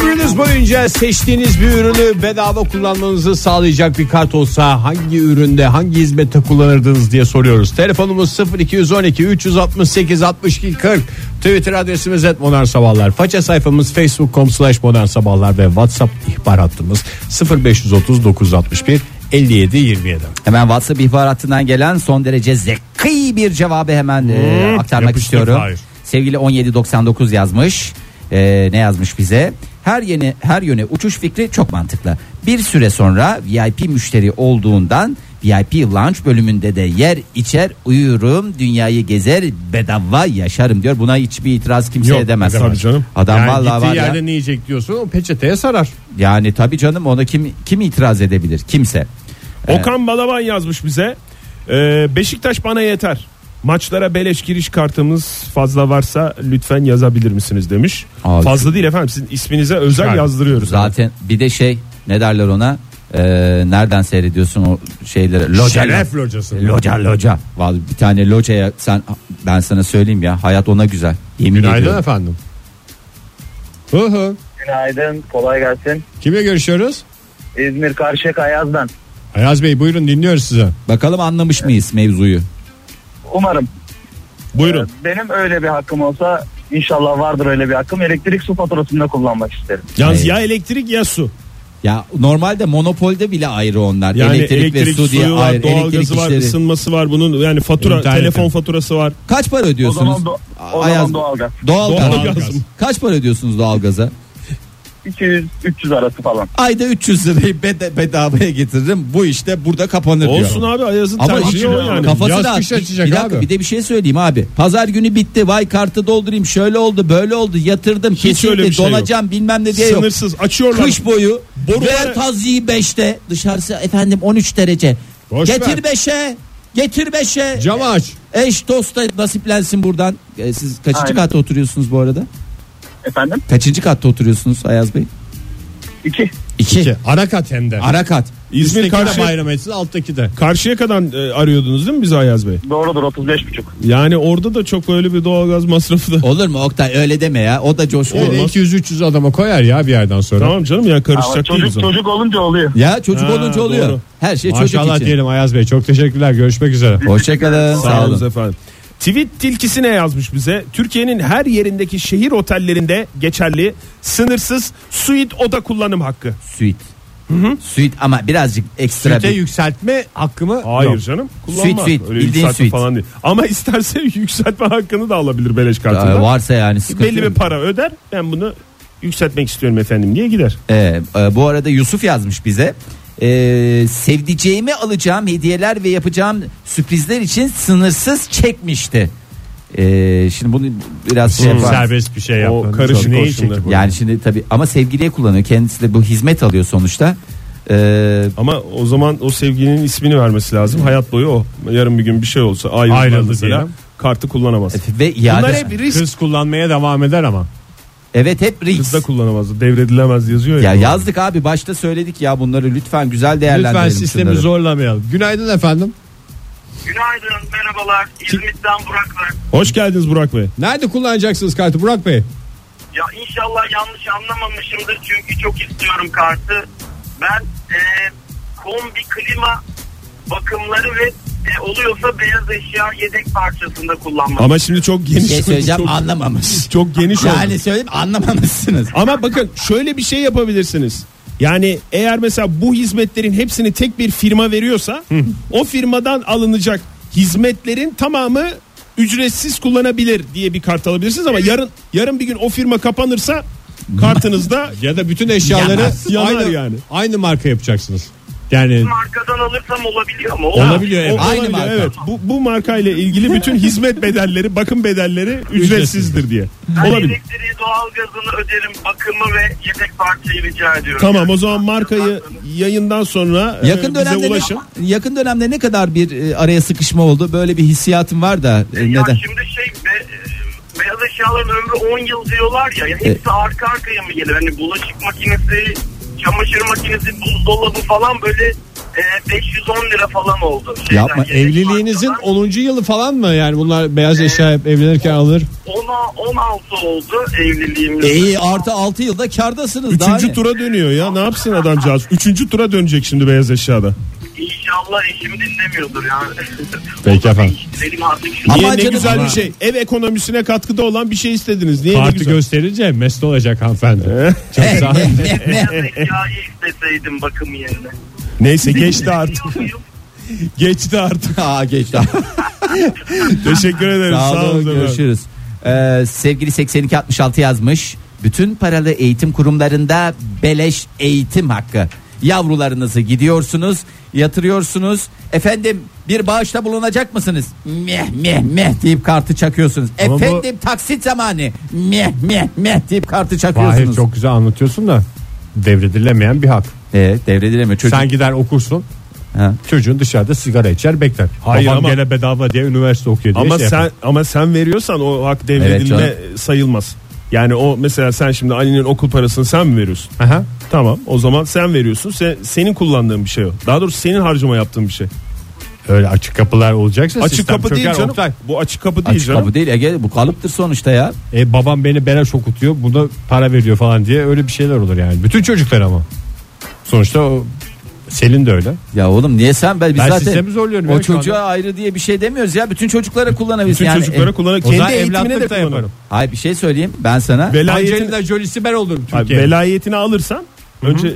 B: Ömrünüz boyunca seçtiğiniz bir ürünü bedava kullanmanızı sağlayacak bir kart olsa hangi üründe hangi hizmette kullanırdınız diye soruyoruz. Telefonumuz 0212 368 62 40 Twitter adresimiz et sabahlar. Faça sayfamız facebook.com slash sabahlar ve whatsapp ihbar hattımız 0530 961 57 27.
C: Hemen WhatsApp ihbar hattından gelen son derece zeki bir cevabı hemen e, aktarmak
B: yapıştır,
C: istiyorum.
B: hayır.
C: Sevgili 1799 yazmış. E, ne yazmış bize? Her yeni her yöne uçuş fikri çok mantıklı. Bir süre sonra VIP müşteri olduğundan VIP lounge bölümünde de yer içer uyurum dünyayı gezer bedava yaşarım diyor. Buna hiçbir itiraz kimse
B: Yok,
C: edemez.
B: edemez. Tabii canım.
C: Adam
B: yani
C: vallahi
B: gittiği
C: var ya.
B: yerde ne yiyecek diyorsun o peçeteye sarar.
C: Yani tabii canım ona kim kim itiraz edebilir? Kimse.
D: Okan Balaban yazmış bize. Ee, Beşiktaş bana yeter. Maçlara beleş giriş kartımız fazla varsa lütfen yazabilir misiniz demiş.
C: Abi.
D: Fazla değil efendim sizin isminize özel
B: Yani.
D: yazdırıyoruz.
C: Zaten bir de şey ne derler ona? Ee, nereden seyrediyorsun o şeyleri? Loca,
B: Şeref locası.
C: Loca loca. Vallahi bir tane locaya sen ben sana söyleyeyim ya hayat ona güzel. Yemin
B: Günaydın
C: ediyorum.
B: efendim. Hı hı.
F: Günaydın, kolay gelsin.
B: Kimle görüşüyoruz?
F: İzmir Karşıyaka Ayaz'dan.
B: Ayaz Bey buyurun dinliyoruz size.
C: Bakalım anlamış mıyız mevzuyu?
F: Umarım.
D: Buyurun.
F: e, Benim öyle bir hakkım olsa inşallah vardır öyle bir hakkım. Elektrik su faturasında kullanmak isterim.
D: Yalnız
C: Evet.
D: ya elektrik ya su.
C: Ya normalde monopolde bile ayrı onlar.
D: Yani
C: elektrik,
D: elektrik,
C: ve su diye
D: suyu var,
C: ayrı. Elektrik
D: doğalgazı var,
C: işleri.
D: ısınması var bunun. Yani fatura,
B: İnternetten.
D: telefon faturası var.
C: Kaç para
F: O
C: ödüyorsunuz?
F: zaman, do- o
C: Ayaz-
F: zaman doğalgaz.
C: Doğalgaz.
D: Doğalgaz mı?
C: Kaç para ödüyorsunuz doğalgaza?
F: 200-300 arası falan.
C: Ayda 300 lirayı beda- bedavaya getiririm. Bu işte burada kapanır diyor.
D: Olsun abi Ayaz'ın
C: Ama hiç
D: tercihi o yani.
C: kafası
B: Yaz
C: da
B: kış
C: bir,
B: açacak
C: bir dakika
B: abi.
C: bir de bir şey söyleyeyim abi. Pazar günü bitti. Vay kartı doldurayım. Şöyle oldu, böyle oldu. Yatırdım, kesildi,
D: öyle bir şey
C: donacağım bilmem ne diye yok.
D: Sınırsız açıyorlar.
C: Kış boyu ver
D: Borulara-
C: taziyi 5'te. Dışarısı efendim 13 derece.
B: Boş
C: getir
B: ver.
C: 5'e. Getir 5'e.
B: Cam aç.
C: Eş dosta nasiplensin buradan. Ee, siz kaçıncı
F: Aynen.
C: katta oturuyorsunuz bu arada?
F: Efendim?
C: Kaçıncı katta oturuyorsunuz Ayaz Bey?
F: 2.
C: İki.
B: İki. Arakat hem de.
C: Arakat.
D: İzmir
B: Üstteki
D: karşı,
B: de bayram etsin alttaki de.
D: karşıya kadar e, arıyordunuz değil mi bizi Ayaz Bey?
F: Doğrudur 35,5.
D: Yani orada da çok böyle bir doğalgaz masrafı da.
C: Olur mu Oktay öyle deme ya. O da coşku.
B: Öyle 200-300 adama koyar ya bir yerden sonra.
D: Tamam canım ya
F: Ama
D: karışacak değiliz
F: çocuk,
D: ona.
F: çocuk olunca oluyor.
C: Ya çocuk
D: Ha,
C: olunca oluyor.
D: doğru.
C: Her şey
B: Maşallah
C: çocuk için.
B: diyelim Ayaz Bey. Çok teşekkürler. Görüşmek üzere.
C: Hoşçakalın.
D: Sağ olun efendim. Tweet tilkisine yazmış bize. Türkiye'nin her yerindeki şehir otellerinde geçerli sınırsız suite oda kullanım hakkı.
C: Suite. Suite ama birazcık ekstra
B: Süte
C: bir
B: yükseltme hakkımı
D: Hayır
B: yok.
D: canım. Kullanma.
C: Suite, suite.
D: Öyle
C: Bildiğin
D: yükseltme
C: suite.
D: falan değil. Ama isterse *laughs* yükseltme hakkını da alabilir beleş kartında.
C: Ee, varsa yani sıkıntı
D: Belli bir
C: yok.
D: para öder. Ben bunu yükseltmek istiyorum efendim diye gider.
C: Ee, e, bu arada Yusuf yazmış bize. Ee, sevdiceğimi alacağım hediyeler ve yapacağım sürprizler için sınırsız çekmişti. Ee, şimdi bunu biraz şey
B: Çok
C: yapar.
B: Serbest bir şey yaptığınız
D: karışık
B: oldu. Neyi
D: olsun
B: çekip-
D: da.
C: Yani şimdi tabii ama sevgiliye kullanıyor. Kendisi de bu hizmet alıyor sonuçta. Ee,
D: Ama o zaman o sevginin ismini vermesi lazım. Hayat boyu o. Yarın bir gün bir şey olsa ayrıldılar
B: Ayrıldı
D: mesela
B: diyelim.
D: kartı kullanamaz.
C: ve iade...
D: Bunlar hep risk.
B: Kız kullanmaya devam eder ama.
C: Evet hep
D: Kız
C: risk.
D: da kullanamaz. Devredilemez yazıyor ya.
C: Ya yazdık abi başta söyledik ya bunları lütfen güzel değerlendirelim.
B: Lütfen sistemi
C: şunları.
B: zorlamayalım. Günaydın efendim.
G: Günaydın, merhabalar. İzmit'ten Burak ben.
D: Hoş geldiniz Burak Bey.
B: Nerede kullanacaksınız kartı Burak Bey?
G: Ya inşallah yanlış anlamamışımdır çünkü çok istiyorum kartı. Ben e, kombi klima bakımları ve e, oluyorsa beyaz eşya yedek parçasında kullanmak.
D: Ama şimdi çok
C: Bir
D: geniş.
C: şey söyleyeceğim
D: çok,
C: anlamamış.
D: *laughs* çok geniş oldu.
C: Yani söyleyeyim anlamamışsınız.
D: Ama bakın şöyle bir şey yapabilirsiniz. Yani eğer mesela bu hizmetlerin hepsini tek bir firma veriyorsa o firmadan alınacak hizmetlerin tamamı ücretsiz kullanabilir diye bir kart alabilirsiniz ama yarın yarın bir gün o firma kapanırsa kartınızda
B: *laughs* Ya da bütün eşyaları
D: Yanar. Yanar
B: aynı,
D: yani.
B: aynı marka yapacaksınız. Yani
G: Markadan alırsam olabiliyor mu?
B: olabiliyor.
D: O
B: evet.
C: Aynı
D: olabilir,
C: marka.
D: Evet. Bu, bu marka ile ilgili bütün hizmet bedelleri, bakım bedelleri ücretsizdir diye.
G: Ben
D: Olabilir.
G: elektriği, doğalgazını öderim, bakımı ve yedek parçayı rica ediyorum.
D: Tamam
G: Yani.
D: o zaman markayı yayından sonra e,
C: Yakın
D: bize
C: dönemde
D: ulaşın.
C: ne, yakın dönemde ne kadar bir e, araya sıkışma oldu? Böyle bir hissiyatım var da e,
G: Ya
C: neden?
G: şimdi şey be- e, beyaz eşyaların ömrü 10 yıl diyorlar ya. ya
C: E,
G: hepsi arka arkaya mı gelir? Hani bulaşık makinesi, çamaşır makinesi, buzdolabı falan böyle e, 510 lira falan oldu.
C: Yapma,
G: yedek
B: Evliliğinizin
G: parçalar.
B: 10. yılı falan mı? Yani bunlar beyaz eşya hep evlenirken alır.
G: Ona 16 oldu evliliğimiz.
C: İyi E, artı 6 yılda kardasınız. daha
D: Üçüncü
C: ne?
D: tura dönüyor ya ne yapsın adamcağız? Üçüncü tura dönecek şimdi beyaz eşyada.
G: İnşallah eşim dinlemiyordur yani.
B: Peki
G: O da
B: efendim.
G: değiştirelim artık şunu.
C: Ama
D: Niye ne
C: canım-
D: güzel
C: Ama-
D: bir şey. Ev ekonomisine katkıda olan bir şey istediniz. Niye ne
B: Kartı
D: güzel.
B: gösterince mest olacak hanımefendi. Çok
C: Eh,
B: sağ
C: eh, eh, eh.
G: Beyaz eşyayı isteseydim bakım yerine.
D: Neyse geçti artık. *laughs* geçti artık.
C: Aa geçti.
D: Teşekkür ederim.
C: Sağ olun,
D: efendim.
C: görüşürüz. Ee, sevgili 8266 yazmış. Bütün paralı eğitim kurumlarında beleş eğitim hakkı. Yavrularınızı gidiyorsunuz, yatırıyorsunuz. Efendim bir bağışta bulunacak mısınız? Meh meh meh deyip kartı çakıyorsunuz.
B: Ama bu-
C: Efendim taksit zamanı. Meh meh meh deyip kartı
B: Fahir
C: çakıyorsunuz.
B: çok güzel anlatıyorsun da devredilemeyen bir hak.
C: Ee, devredilemiyor çocuk.
B: Sen gider okursun.
C: Ha.
B: Çocuğun dışarıda sigara içer bekler.
D: Hayır
B: Babam
D: ama-
B: gene bedava diye üniversite okuyor diye
D: Ama
B: şey
D: sen
B: yapar.
D: ama sen veriyorsan o hak devredilme
C: Evet
D: sayılmaz. Yani o mesela sen şimdi Ali'nin okul parasını sen mi veriyorsun?
B: Aha.
D: Tamam o zaman sen veriyorsun. Sen, senin kullandığın bir şey o. Daha doğrusu senin harcama yaptığın bir şey.
B: Öyle açık kapılar olacaksa
D: Açık
B: sistem
D: kapı değil
B: çöker,
D: canım.
B: Oktay.
D: Bu açık kapı değil
C: Açık
D: canım.
C: kapı değil Ege bu kalıptır sonuçta ya.
B: E, babam beni beleş okutuyor buna para veriyor falan diye öyle bir şeyler olur yani. Bütün çocuklar ama. Sonuçta o Selin de öyle.
C: Ya oğlum niye sen ben biz
B: Ben
C: zaten
B: sistemi zorluyorum
C: o
B: ya şu
C: çocuğa ayrı diye bir şey demiyoruz ya. Bütün çocuklara kullanabiliriz.
D: Bütün
C: yani, E,
D: çocuklara kullanır.
B: e, O zaman
D: Kendi eğitimine de
B: evlatlık da
D: kullanır.
B: yaparım.
C: Hayır bir şey söyleyeyim ben sana.
D: Velayetini,
B: Jolie'si ben olurum
D: Abi, velayetini alırsan önce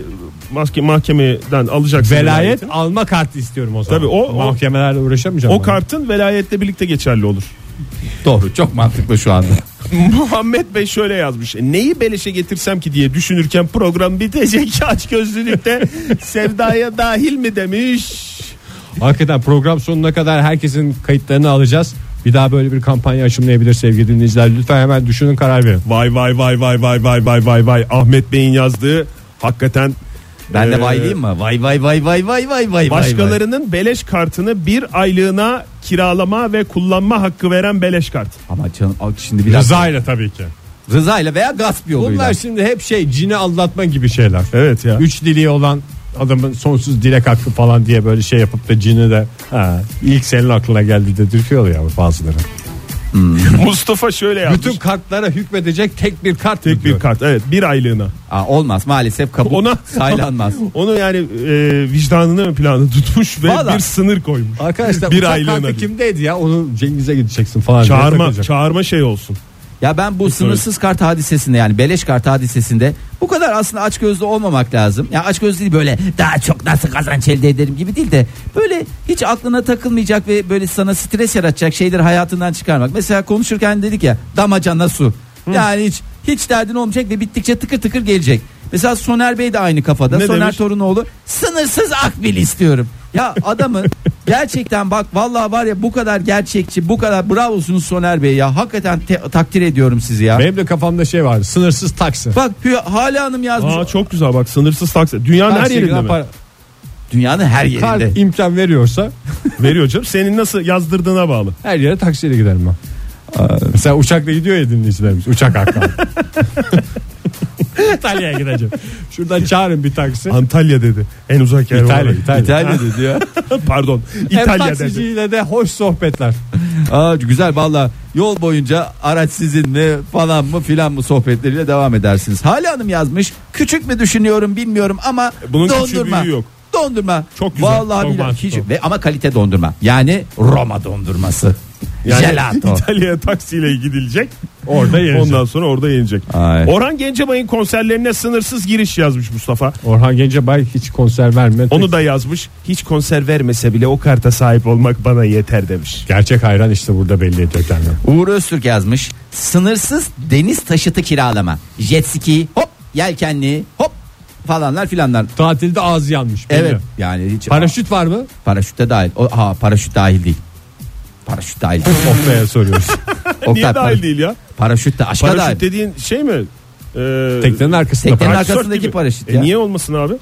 D: maske mahkemeden alacaksın.
B: Velayet
D: velayetini.
B: alma kartı istiyorum o zaman.
D: Tabii o- o-
B: mahkemelerle uğraşamayacağım.
D: O
B: ben.
D: kartın velayetle birlikte geçerli olur.
C: Doğru çok mantıklı şu anda.
D: *laughs* Muhammed Bey şöyle yazmış. E, Neyi beleşe getirsem ki diye düşünürken program bitecek aç gözlülükte sevdaya dahil mi demiş.
B: Hakikaten program sonuna kadar herkesin kayıtlarını alacağız. Bir daha böyle bir kampanya açımlayabilir sevgili dinleyiciler. Lütfen hemen düşünün karar verin.
D: Vay vay vay vay vay vay vay vay vay Ahmet Bey'in yazdığı hakikaten
C: Ben
D: Ee,
C: de vay diyeyim mi? Vay vay vay vay vay vay vay. vay.
D: Başkalarının beleş kartını bir aylığına kiralama ve kullanma hakkı veren beleş kart.
C: Ama canım al şimdi bir dakika.
B: Rıza ile tabii ki.
C: Rıza ile veya gasp yoluyla.
B: Bunlar şimdi hep şey cini aldatma gibi şeyler.
D: Evet ya.
B: Üç dili olan adamın sonsuz dilek hakkı falan diye böyle şey yapıp da cini de ha, ilk senin aklına geldi dedirtiyor ya bazıları.
D: Hmm.
B: *laughs*
D: Mustafa şöyle yapmış.
B: Bütün kartlara hükmedecek tek bir kart mı
D: tek bir
B: diyor?
D: kart evet bir aylığına.
C: Aa, olmaz maalesef kabul
D: Ona *laughs*
C: saylanmaz.
D: Onu yani e, vicdanını ön plana tutmuş ve
C: Vallahi-
D: bir sınır koymuş.
B: Arkadaşlar
D: Bir
B: bir
D: aylığına
B: aylığına
D: diyor.
B: kimdeydi ya onu Cengiz'e gideceksin falan. diye
D: Çağırma
B: takılacak.
D: çağırma şey olsun.
C: Ya ben bu sınırsız kart hadisesinde yani beleş kart hadisesinde bu kadar aslında açgözlü olmamak lazım. Ya açgözlü değil böyle daha çok nasıl kazanç elde ederim gibi değil de böyle hiç aklına takılmayacak ve böyle sana stres yaratacak şeyleri hayatından çıkarmak. Mesela konuşurken dedik ya damacana su. Yani hiç hiç derdin olmayacak ve bittikçe tıkır tıkır gelecek. Mesela Soner Bey de aynı kafada.
D: Ne
C: Soner
D: demiş?
C: Torunoğlu sınırsız akbil istiyorum. Ya adamı gerçekten bak vallahi var ya bu kadar gerçekçi bu kadar bravosunuz Soner Bey ya. Hakikaten te- takdir ediyorum sizi ya.
B: Benim de kafamda şey vardı sınırsız taksi.
C: Bak Hülya- Hala Hanım yazmış.
D: Aa çok güzel bak sınırsız taksi. Dünyanın her
B: Taksiye
D: yerinde
B: giden
D: mi?
B: para-
C: Dünyanın her
B: Kart
C: yerinde.
B: imkan veriyorsa
D: Veriyor canım. Senin nasıl yazdırdığına bağlı.
B: her yere taksiyle giderim ben. Mesela uçakla gidiyor ya dinleyicilerimiz. Uçak *laughs* hakkı. İtalya'ya gideceğim. Şuradan çağırın bir taksi.
D: Antalya dedi. En uzak yer.
B: İtalya,
D: olarak.
B: İtalya.
C: İtalya'da diyor.
D: *laughs* Pardon.
B: Hem
D: İtalya dedi.
B: taksiciyle de hoş sohbetler.
C: Aa, güzel valla yol boyunca araç sizin mi falan mı filan mı sohbetleriyle devam edersiniz. Hala Hanım yazmış küçük mü düşünüyorum bilmiyorum ama
D: E, Bunun küçüğü
C: dondurma.
D: büyüğü yok.
C: Dondurma.
D: Çok güzel,
C: Vallahi
D: çok
C: billahi
D: mantıklı.
C: hiç- ve ama kalite dondurma. Yani Roma dondurması. *laughs*
D: Yani *laughs*
C: Gelato.
D: İtalya'ya taksiyle gidilecek.
B: Orada yenecek.
D: Ondan sonra orada yenecek.
C: Ay.
D: Orhan Gencebay'ın konserlerine sınırsız giriş yazmış Mustafa.
B: Orhan Gencebay hiç konser vermedi.
D: Onu da yazmış. Hiç konser vermese bile o karta sahip olmak bana yeter demiş.
B: gerçek hayran işte burada belli ediyor kendini.
C: Uğur Öztürk yazmış. Sınırsız deniz taşıtı kiralama. Jet ski hop yelkenli hop falanlar filanlar.
B: Tatilde ağzı yanmış. belli.
C: Evet yani hiç
B: Paraşüt var mı?
C: paraşütte dahil. O, ha paraşüt dahil değil. Paraşüt
D: *laughs*
C: dahil. değil.
B: Oktay'a soruyoruz.
D: Niye
C: Oktay,
D: dahil
C: paraşüt-
D: değil ya?
C: Paraşüt de aşka dahil.
D: Paraşüt dediğin şey mi? Ee,
B: *laughs* Teknenin arkasında
C: Teknenin
B: paraşüt.
D: paraşüt
C: arkasındaki
D: gibi.
C: paraşüt
D: E
C: ya.
D: niye olmasın abi?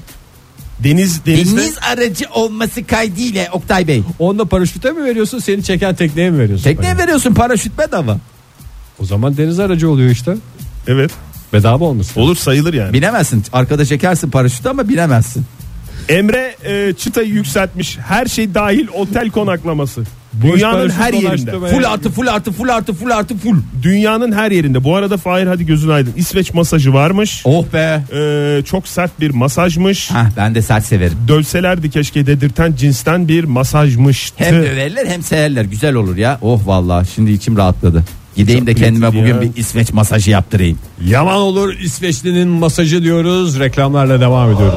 D: Deniz denizde.
C: Deniz aracı olması kaydıyla Oktay Bey.
B: Onda paraşüte mi veriyorsun seni çeken tekneye mi veriyorsun?
C: Tekneye
B: Hayır.
C: veriyorsun paraşüt bedava.
B: O zaman deniz aracı oluyor işte.
D: Evet.
B: Bedava olmasın.
D: Olur sayılır yani.
C: Binemezsin. Arkada çekersin paraşütü ama binemezsin.
D: Emre e, çıtayı yükseltmiş. Her şey dahil otel konaklaması. Dünyanın
B: paraşüt
D: her yerinde.
B: dolaştırmaya-
D: Full
C: Full artı full artı full artı full artı full.
D: Dünyanın her yerinde. Bu arada Fahir hadi gözün aydın. İsveç masajı varmış.
C: Oh be.
D: E, çok sert bir masajmış.
C: Hah, ben de sert severim.
D: Dövselerdi keşke dedirten cinsten bir masajmış.
C: Hem döverler hem severler. Güzel olur ya. Oh vallahi şimdi içim rahatladı. Gideyim de kendime
D: lezzetli
C: bugün
D: ya.
C: bir İsveç masajı yaptırayım.
B: Yaman olur İsveçli'nin masajı diyoruz. Reklamlarla devam ediyoruz.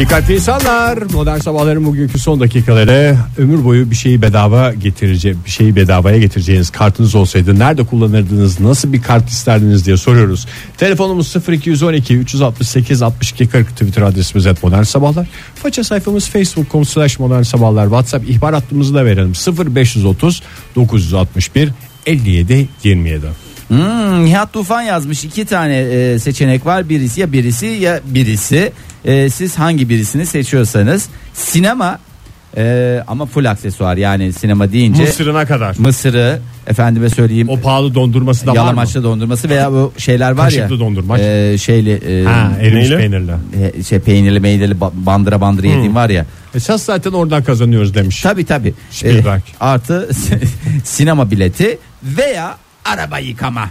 B: Dikkatli insanlar modern sabahların bugünkü son dakikaları ömür boyu bir şeyi bedava getirecek bir şeyi bedavaya getireceğiniz kartınız olsaydı nerede kullanırdınız nasıl bir kart isterdiniz diye soruyoruz. Telefonumuz 0212 368 62 40 Twitter adresimiz et modern sabahlar. Faça sayfamız facebook.com slash modern sabahlar whatsapp ihbar hattımızı da verelim 0530 961 57 27.
C: Hmm, Nihat Tufan yazmış iki tane e, seçenek var birisi ya birisi ya birisi E, siz hangi birisini seçiyorsanız sinema e, ama full aksesuar yani sinema deyince
B: Mısır'ına kadar.
C: Mısır'ı efendime söyleyeyim
B: O pahalı dondurması da var mı?
C: yalamaçlı dondurması veya bu şeyler var ya
B: Kaşıklı dondurma.
C: e, şeyli e,
B: Ha, erimiş
D: Neyle?
B: peynirli.
C: e, şey peynirli meynirli ba- bandıra bandıra
B: Hmm.
C: yediğim var ya
B: Esas E, zaten oradan kazanıyoruz demiş.
C: Tabi tabi.
B: Spielberg.
C: Ee, artı *laughs* sinema bileti veya araba yıkama.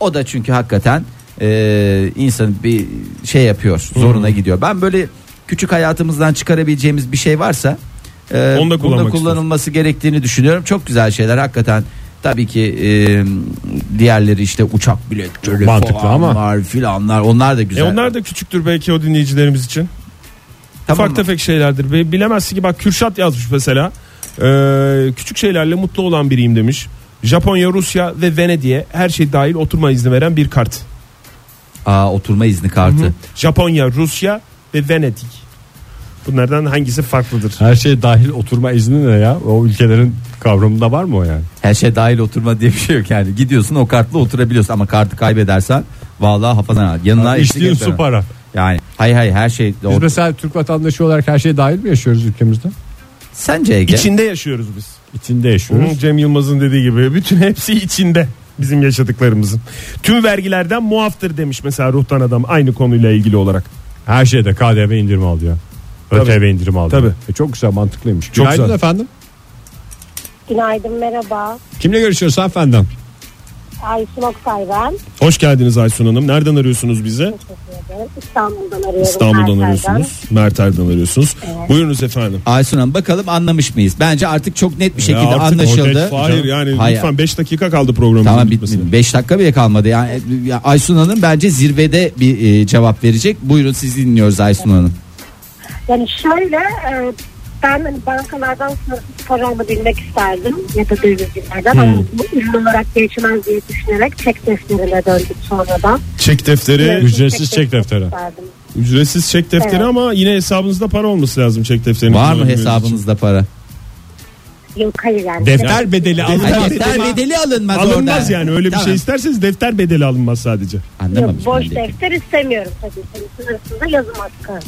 C: O da çünkü hakikaten e, insan bir şey yapıyor, zoruna gidiyor. Ben böyle küçük hayatımızdan çıkarabileceğimiz bir şey varsa e,
D: Onu da
C: bunda
D: kullanmak
C: kullanılması gerektiğini düşünüyorum. Çok güzel şeyler hakikaten. Tabii ki e, diğerleri işte uçak biletleri
B: Mantıklı
C: falanlar filanlar onlar da
D: E
C: güzel.
D: onlar da küçüktür belki o dinleyicilerimiz için.
C: Tamam
D: Ufak
C: mı?
D: tefek şeylerdir. Be- Bilemezsin ki bak Kürşat yazmış mesela. Ee, küçük şeylerle mutlu olan biriyim demiş. Japonya, Rusya ve Venedik'e her şey dahil oturma izni veren bir kart.
C: Aa, oturma izni kartı.
D: Japonya, Rusya ve Venedik. Bunlardan hangisi farklıdır?
B: Her şey dahil oturma izni ne ya? O ülkelerin kavramında var mı o yani?
C: Her şey dahil oturma diye bir şey yok yani. Gidiyorsun o kartla oturabiliyorsun ama kartı kaybedersen vallahi hafazan al. Yanına eşlik
B: İçtiğin
C: etmem.
B: su para.
C: Yani hay hay her şey
B: Biz
C: doğru.
B: mesela Türk vatandaşı olarak her şey dahil mi yaşıyoruz ülkemizde?
C: Sence Ege?
D: İçinde yaşıyoruz biz.
B: İçinde
D: Bunun
B: yaşıyoruz.
D: Cem Yılmaz'ın dediği gibi bütün hepsi içinde bizim yaşadıklarımızın. Tüm vergilerden muaftır demiş mesela ruhtan adam aynı konuyla ilgili olarak.
B: Her şeyde KDV indirimi alıyor. ÖTV indirimi alıyor.
D: Tabii.
B: E çok güzel mantıklıymış.
D: Çok
B: Günaydın
D: güzel.
B: efendim.
E: Günaydın merhaba.
B: Kimle görüşüyoruz efendim?
E: Ayşin Oksay ben.
D: Hoş geldiniz Aysun Hanım. Nereden arıyorsunuz bize?
E: Teşekkür ederim. İstanbul'dan arıyorum.
D: İstanbul'dan
E: Merkez'den.
D: arıyorsunuz. Merter'den arıyorsunuz. Buyurunuz efendim.
C: Aysun Hanım bakalım anlamış mıyız? Bence artık çok net bir şekilde
D: Ya artık-
C: anlaşıldı.
D: Hayır yani
C: Hayır.
D: lütfen 5 dakika kaldı programın
C: Tamam
D: bitmesine.
C: 5 dakika bile kalmadı. Yani e, ya Aysun Hanım bence zirvede bir e, cevap verecek. Buyurun sizi dinliyoruz Aysun Hanım.
E: Yani şöyle e, ben hani bankalardan sınırsız para alabilmek isterdim ya da
B: Hmm.
E: dövizcilerden ama bu ürün olarak geçmez diye düşünerek çek defterine döndük sonradan.
D: Çek defteri
E: Evet,
B: ücretsiz çek defteri.
E: isterdim.
D: ücretsiz çek defteri
E: Evet.
D: ama yine hesabınızda para olması lazım çek defterinin.
C: Var mı
D: kullanabilmeniz için.
C: hesabınızda para?
E: Yok hayır yani.
B: Defter bedeli alın.
C: Ay, defter bedeli alınmaz, orada.
D: Alınmaz yani öyle bir
C: Tamam.
D: şey isterseniz defter bedeli alınmaz sadece.
C: Anlamamış
E: Yok, boş
C: ben de.
E: defter istemiyorum tabii. Hani sınırsızda yazım hakkı.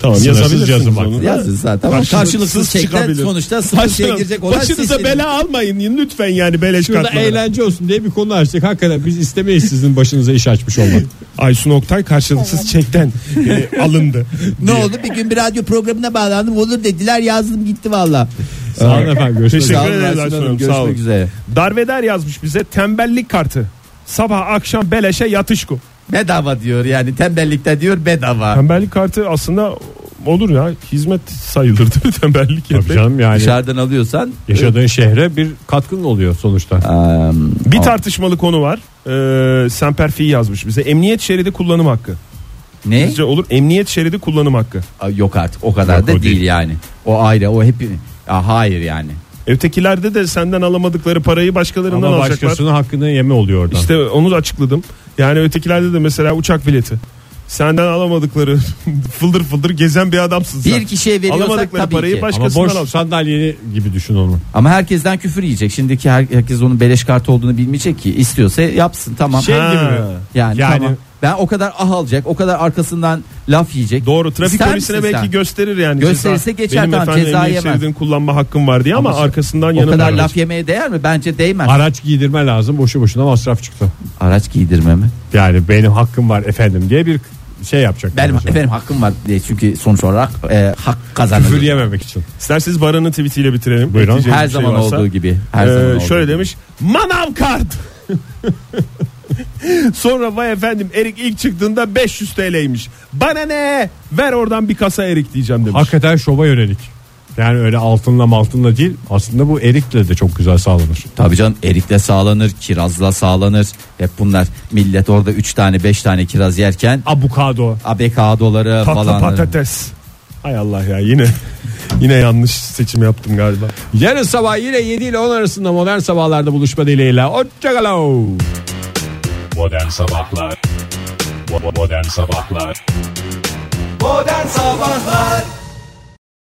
D: Tamam
B: Sınırsız
D: yazabilirsiniz
B: yazım hakkı.
D: onu. *laughs*
C: Yazın zaten. Ama
D: Karşılıksız
C: Karşılıksız çekten
D: çıkabilir.
C: sonuçta sıkıntıya girecek olan
D: Başınıza
C: sizsiniz.
D: bela almayın lütfen yani beleş
B: Şurada
D: kartlara.
B: eğlence olsun diye bir konu açtık. Hakikaten biz istemeyiz sizin başınıza iş
D: *laughs*
B: açmış olmak.
D: Aysun Oktay karşılıksız çekten
C: *laughs*
D: e, alındı.
C: Ne oldu? Bir gün bir radyo programına bağlandım. Olur dediler yazdım gitti valla.
B: Sağ olun efendim. Görüşmek üzere.
C: Sağ
D: Teşekkür
C: olun
D: ederiz
C: Aysun
D: Aysun
C: Hanım.
D: Hanım, sağ
C: Görüşmek
D: olun.
C: üzere.
D: Darveder yazmış bize tembellik kartı. Sabah akşam beleşe yatışku.
C: Bedava diyor yani tembellikte diyor bedava.
D: Tembellik kartı aslında olur ya hizmet sayılır değil mi *laughs* tembellik
B: Tabii
D: yapmak?
B: canım yani
C: Dışarıdan alıyorsan
B: yaşadığın şehre bir katkın oluyor sonuçta.
D: Bir tartışmalı konu var. Ee, Semper Fi yazmış bize. Emniyet şeridi kullanım hakkı.
C: ne?
D: Sizce olur emniyet şeridi kullanım hakkı.
C: Aa, Yok artık o kadar
D: Yok,
C: da
D: o
C: değil.
D: değil.
C: yani. O ayrı o hep Aa, hayır yani.
D: Ötekilerde de senden alamadıkları parayı başkalarından
B: Ama
D: alacaklar.
B: başkasının hakkını yeme oluyor oradan.
D: İşte onu da açıkladım. Yani ötekilerde de mesela uçak bileti. Senden alamadıkları *laughs* fıldır fıldır gezen bir adamsın sen.
C: Bir kişiye veriyorsak
D: Alamadıkları
C: tabii
D: parayı
C: ki.
B: Ama
D: başkasından
B: boş
D: al.
B: sandalyeni gibi düşün onu.
C: Ama herkesten küfür yiyecek. Şimdiki her- herkes onun beleş kartı olduğunu bilmeyecek ki. İstiyorsa yapsın tamam.
D: Şey
C: Ha.
D: gibi mi?
C: Yani,
B: Yani-
C: tamam. Ben o kadar ah alacak. O kadar arkasından laf yiyecek.
D: Doğru trafik
C: İster
D: polisine
C: misin
D: belki
C: sen?
D: gösterir yani.
C: Gösterirse
D: ceza.
C: geçer,
D: Benim
C: tamam,
D: efendim
C: ceza
D: emniyet
C: yemez.
D: şeridini kullanma hakkım var diye ama,
C: Ama
D: arkasından
C: O
D: yanına
C: kadar
D: alacak.
C: laf yemeye değer mi? Bence değmez.
B: Araç giydirme lazım. Boşu boşuna masraf çıktı.
C: Araç giydirme mi?
B: Yani benim hakkım var efendim diye bir şey yapacak.
C: Benim
B: bence.
C: efendim hakkım var diye çünkü sonuç olarak e, hak
B: Küfür
C: kazanılır.
B: yememek için.
D: İsterseniz Baran'ın tweetiyle bitirelim.
B: Buyurun.
D: Ekleyeceğiniz
C: Her
D: bir şey
C: zaman
D: varsa.
C: olduğu gibi. Her
D: Ee,
C: zaman olduğu
D: şöyle
C: gibi.
D: demiş. Manav kart. *laughs* Sonra vay efendim erik ilk çıktığında 500 TL'ymiş. Bana ne? Ver oradan bir kasa erik diyeceğim demiş.
B: Hakikaten şova yönelik. Yani öyle altınla maltınla değil. Aslında bu erikle de çok güzel sağlanır.
C: Tabii canım erikle sağlanır, kirazla sağlanır. Hep bunlar millet orada 3 tane 5 tane kiraz yerken
B: Abukado.
C: abekadoları
D: Tatlı
C: falan.
D: patates. Hay Allah ya yine *laughs* yine yanlış seçim yaptım galiba.
B: Yarın sabah yine 7 ile 10 arasında modern sabahlarda buluşma dileğiyle. Hoşçakalın.
H: Modern Sabahlar Bo- Modern Sabahlar
I: Modern Sabahlar